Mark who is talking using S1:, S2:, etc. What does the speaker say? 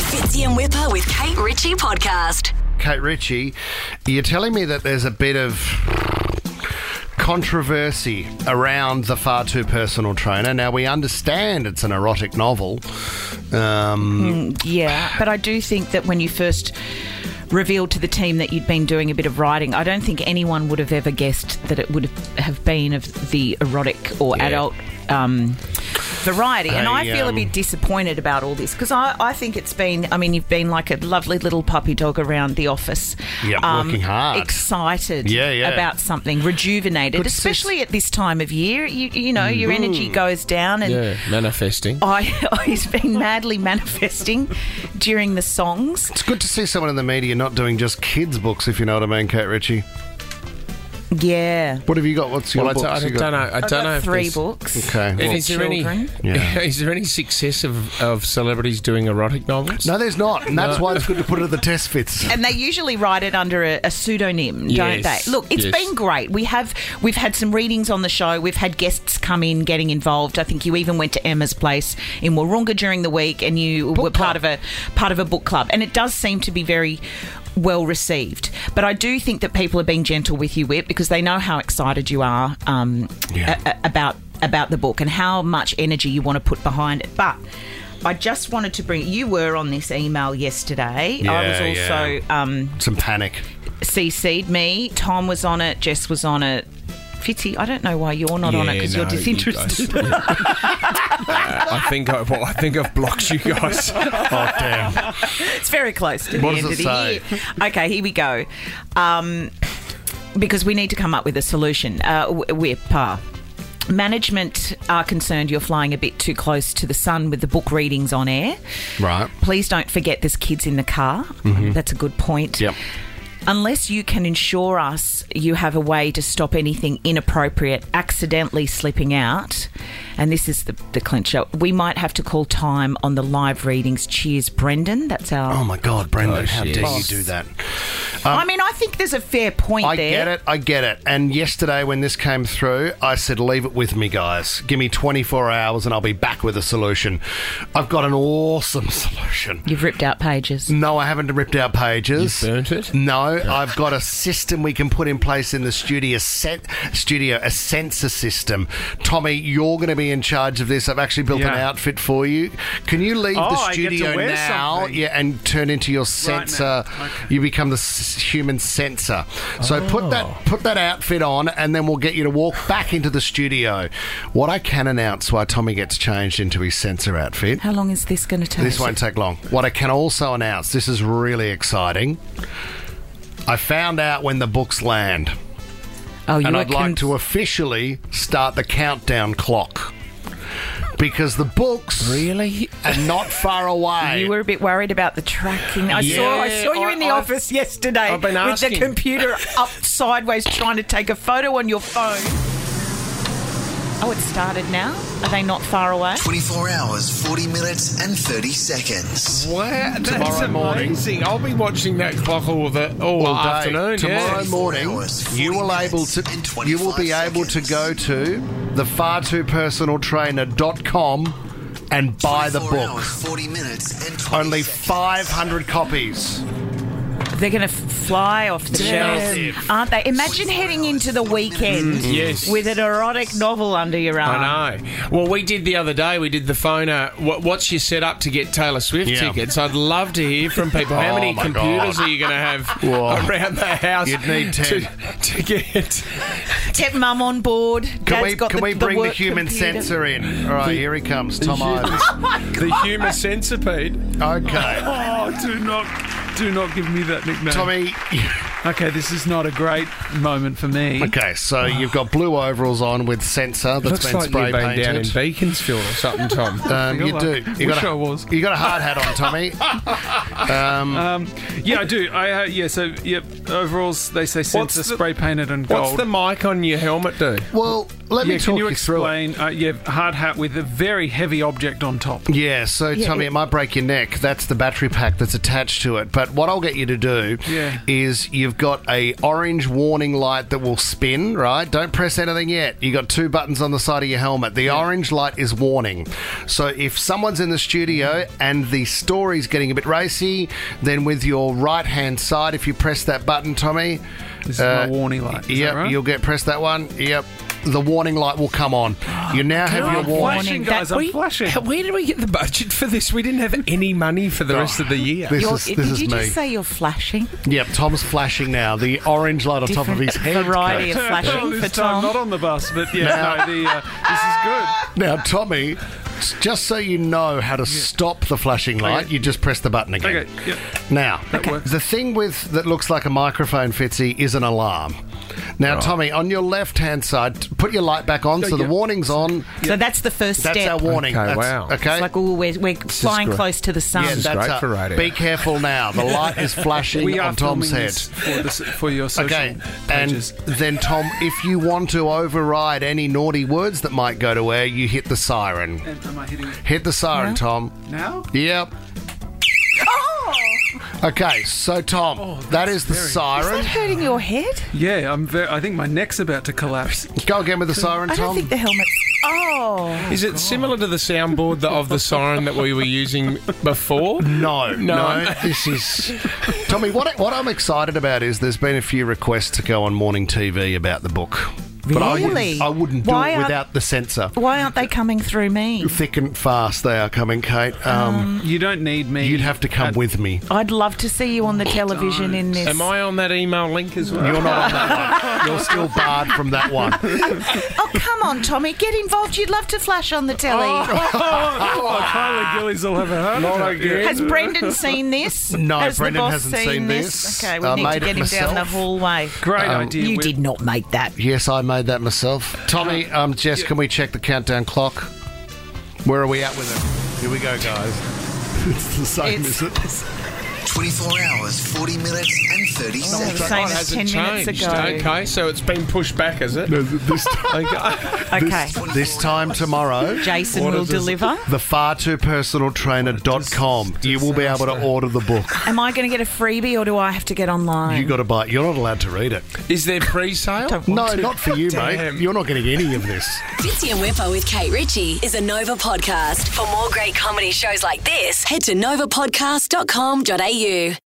S1: Fitzy and Whipper with Kate Ritchie podcast.
S2: Kate Ritchie, you're telling me that there's a bit of controversy around the far too personal trainer. Now we understand it's an erotic novel.
S3: Hmm.
S2: Um,
S4: Yeah, but I do think that when you first revealed to the team that you'd been doing a bit of writing, I don't think anyone would have ever guessed that it would have been of the erotic or
S2: Yeah.
S4: adult. Um, variety and
S2: I,
S4: I, feel
S2: um,
S4: a bit disappointed about all this because I, I think it's been I mean you've been like a lovely little puppy dog around the office Um,
S2: Yeah, working hard.
S4: excited
S2: Yeah, yeah.
S4: about something rejuvenated
S2: Good sis- Mm-hmm.
S4: especially at this time of year you, you know your energy goes down and
S3: Yeah, manifesting.
S4: Oh, I, he's been madly manifesting during the songs.
S2: it's good to see someone in the media not doing just kids' books, if you know what I mean, Kate Ritchie.
S4: Yeah.
S2: What have you got? What's your
S3: well, I
S2: books?
S3: don't, I
S2: you
S3: don't
S2: got?
S3: know. I
S4: I've
S3: don't know.
S4: got
S3: if
S4: three
S3: this-
S4: books.
S2: Okay. well-
S3: Is there, any,
S4: Children.
S2: Yeah.
S3: is there any success of, of celebrities doing erotic novels?
S2: no, there's not, and that's why it's good to put it at the test fits.
S4: And they usually write it under a, a pseudonym, don't
S3: Yes,
S4: they? Look, it's
S3: yes.
S4: been great. We have we've had some readings on the show. We've had guests come in getting involved. I think you even went to Emma's place in Warunga during the week, and you were part of a part of a book club. And it does seem to be very well received. But I do think that people are being gentle with you, Whip, because they know how excited you are um,
S2: Yeah.
S4: a- a- about about the book and how much energy you want to put behind it. But I just wanted to bring you were on this email yesterday. I was
S2: Yeah,
S4: also um,
S2: Some panic.
S4: CC'd me. Tom was on it. Jess was on it. Fitzy, I don't know why you're not on it
S3: Yeah,
S4: because you're
S3: no, you
S4: disinterested.
S3: guys- Uh, I think I, well, I think I've blocked you guys.
S2: Oh damn!
S4: it's very close to
S2: What
S4: the end
S2: does
S4: of
S2: it
S4: the
S2: say?
S4: year. Okay, here we go. Um, because we need to come up with a solution. Uh, w- Whip. Uh, Management are concerned you're flying a bit too close to the sun with the book readings on air.
S2: Right.
S4: Please don't forget there's kids in the car. That's a good point.
S2: Mm-hmm. Yep.
S4: Unless you can ensure us you have a way to stop anything inappropriate accidentally slipping out, and this is the, the clincher, we might have to call time on the live readings. Cheers, Brendan. That's our.
S2: Oh my God, Brendan,
S3: Oh,
S2: how
S3: shit.
S2: dare you
S3: Boss.
S2: do that?
S4: I mean, I think there's a fair point
S2: Oh, um, I
S4: there.
S2: get it. I get it. And yesterday, when this came through, I said, "Leave it with me, guys. Give me 24 hours, and I'll be back with a solution." I've got an awesome solution.
S4: You've ripped out pages.
S2: No, I haven't ripped out pages.
S3: You burnt it?
S2: No, I've got a system we can put in place in the studio. Set, studio, a sensor system. Tommy, you're going to be in charge of this. I've actually built an
S5: Yeah.
S2: outfit for you. Can you leave
S5: Oh,
S2: the
S5: I get to
S2: studio
S5: wear
S2: now?
S5: something.
S2: Yeah, and turn into your sensor.
S5: now. Okay.
S2: You become the s- human sensor. So put
S3: Oh.
S2: that put that outfit on, and then we'll get you to walk back into the studio. What I can announce while Tommy gets changed into his sensor outfit.
S4: How long is this going to take?
S2: This won't take long. What I can also announce, this is really exciting. I found out when the books land,
S4: Oh, you
S2: and
S4: were
S2: I'd like
S4: con-
S2: to officially start the countdown clock because the books
S3: really?
S2: are not far away.
S4: You were a bit worried about the tracking. I
S2: Yeah.
S4: saw I saw you
S3: I-
S4: in the
S3: I've-
S4: office yesterday
S3: I've been
S4: with the
S3: asking.
S4: computer up sideways trying to take a photo on your phone. Oh, it started now? Are they not far away?
S6: 24 hours, 40 minutes, and 30 seconds.
S3: Wow, that's
S2: Tomorrow morning.
S3: amazing. I'll be watching that clock all the all,
S2: All day.
S3: afternoon.
S2: Tomorrow
S3: yeah.
S2: morning,
S6: Hours,
S2: you will
S6: 40
S2: able
S6: minutes
S2: to
S6: and
S2: you
S6: 25
S2: will be able to
S6: seconds.
S2: go to the far too personal trainer.com and buy the
S6: 24
S2: book.
S6: Hours, 40 minutes, and 20
S2: Only
S6: seconds.
S2: 500 copies.
S4: They're going to fly off the shelves,
S2: Massive.
S4: aren't they? Imagine heading into the weekend
S2: Mm,
S3: Yes.
S4: with an erotic novel under your arm.
S3: I
S2: Um,
S3: know. Well, we did the other day. We did the phone. Uh, what, what's your setup to get Taylor Swift
S2: Yeah.
S3: tickets? I'd love to hear from people. How
S2: Oh,
S3: many
S2: my
S3: computers
S2: God.
S3: are you going to have
S2: Whoa.
S3: around the house?
S2: You'd need
S3: to,
S2: 10.
S3: to get.
S4: Get mum on board.
S2: Can
S4: Dad's
S2: we,
S4: got
S2: can
S4: the,
S2: we bring the,
S4: work
S2: human
S4: computer.
S2: sensor in? All right, here he comes, Tom Ives.
S3: The humour centipede.
S2: Okay.
S5: Oh, do not, do not give me that nickname.
S2: Tommy,
S5: Okay, this is not a great moment for me.
S2: okay, so you've got blue overalls on with sensor that
S3: Looks
S2: been
S3: like
S2: spray
S3: you've been down in
S2: painted.
S3: Beaconsfield or something, Tom.
S2: um,
S5: feel
S2: you
S5: like-
S2: do. You
S5: Wish
S2: got a,
S5: I was.
S2: You got a hard hat on, Tommy.
S5: Um, yeah, I do. I uh, yeah. So yep. Overalls, they say
S3: What's
S5: sensor
S3: the-
S5: spray painted and gold.
S3: What's the mic on your helmet do?
S2: well, let
S5: yeah,
S2: me
S5: can
S2: talk
S5: you,
S2: you, through it.
S5: explain? Uh, yeah, hard hat with a very heavy object on top.
S2: Yeah, so Tommy, it, might break your neck. That's the battery pack that's attached to it. But what I'll get you to do
S5: Yeah.
S2: is you've got a orange warning light that will spin, right? Don't press anything yet. You got two buttons on the side of your helmet. The orange light is warning. So if someone's in the studio and the story's getting a bit racy, then with your right hand side, if you press that button, Tommy,
S5: This is
S2: Uh,
S5: my warning light. Is
S2: yep,
S5: that right?
S2: you'll get press that one. Yep. The warning light will come on. You now have your
S5: I'm
S2: warning.
S5: flashing,
S4: Warning,
S5: guys.
S4: that
S5: I'm
S3: We-
S5: flashing.
S3: Where did we get the budget for this? We didn't have any money for the rest of the year.
S2: Oh. This
S4: You're-
S2: is, this
S4: did
S2: is
S4: you
S2: me.
S4: just say you're flashing?
S2: Yep, Tom's flashing now. The orange light on top of his head.
S4: variety of
S5: Well,
S4: flashing for
S5: this
S4: Tom.
S5: time, not on the bus, but yeah, no, the, uh, this is good.
S2: Now, Tommy, s- just so you know how to stop the flashing light,
S5: Okay.
S2: you just press the button again.
S5: Okay, yep.
S2: Now,
S5: Okay. works.
S2: the thing with that looks like a microphone, Fitzy, is an alarm. Now, Tommy, on your left hand side, t- put your light back on so the
S5: Oh, yeah.
S2: warning's on.
S4: So that's the first
S2: That's
S4: step.
S2: our warning.
S3: Okay,
S2: That's-
S3: wow.
S2: Okay.
S4: It's like, oh, we're, we're flying
S3: great.
S4: close to the
S5: um,
S4: sun.
S2: yeah,
S3: is
S2: that's
S3: great
S2: our-
S3: for radio.
S2: Be careful now. The light is flashing
S5: We are
S2: on Tom's
S5: filming
S2: head.
S5: this for, this, for your social
S2: Okay, and
S5: pages.
S2: then Tom, if you want to override any naughty words that might go to air, you hit the siren.
S4: Uh,
S5: And am I hitting it
S2: Hit the siren, Tom.
S5: now?
S2: Yep.
S4: Oh!
S2: Okay, so Tom, that is the siren.
S4: hurting your head?
S5: Yeah, I'm. Very, I think my neck's about to collapse.
S2: Go again with the siren,
S4: I don't
S2: Tom.
S4: think the helmet's. Oh.
S3: Is it similar to the soundboard that, of the siren that we were using before?
S2: no, no,
S3: No.
S2: this is Tommy. What what I'm excited about is there's been a few requests to go on morning TV about the book, but I
S4: Really?
S2: wouldn't, I wouldn't do
S4: Why
S2: it
S4: aren't-
S2: without the censor.
S4: Why aren't they coming through me?
S2: Thick and fast they are coming, Kate. Um,
S5: You don't need me.
S2: you'd have to come with me.
S4: I'd love to see you on the television in this.
S3: Am I on that email link as well?
S2: You're not on that one. You're still barred from that one.
S4: Oh, come on, Tommy, get involved. You'd love to flash on the telly.
S5: Oh, Kyla Gillies will have a heart attack.
S4: Has Brendan seen this?
S2: No,
S4: Has the
S2: Brendan
S4: boss
S2: hasn't seen this.
S4: Okay, we
S2: I
S4: need
S2: made
S4: to
S2: it
S4: get him down the
S2: myself.
S4: hallway.
S5: Great idea.
S4: You
S5: We-
S4: did not make that.
S2: Yes, I made that myself. Tommy, um, Jess, can we check the countdown clock? Where are we at with it? Here we go, guys. It's the same,
S4: It's-
S2: is it?
S6: 24 hours, 40 minutes, and 30
S4: the
S6: seconds.
S4: same
S3: it
S4: as 10
S3: hasn't changed.
S4: minutes ago.
S3: Okay, so it's been pushed back, is it?
S2: this,
S3: Okay.
S4: Okay.
S2: this time tomorrow,
S4: Jason
S3: What
S4: will
S3: is this?
S4: deliver.
S2: the far too personal trainer.com. You will be able to order the book.
S4: Am I going to get a freebie or do I have to get online?
S2: You got to buy it. You're not allowed to read it.
S3: Is there pre-sale?
S2: No, not for you, mate.
S3: Damn.
S2: You're not getting any of this.
S1: Fitzy and Whipper with Kate Ritchie is a Nova podcast. For more great comedy shows like this, head to novapodcast.com.au.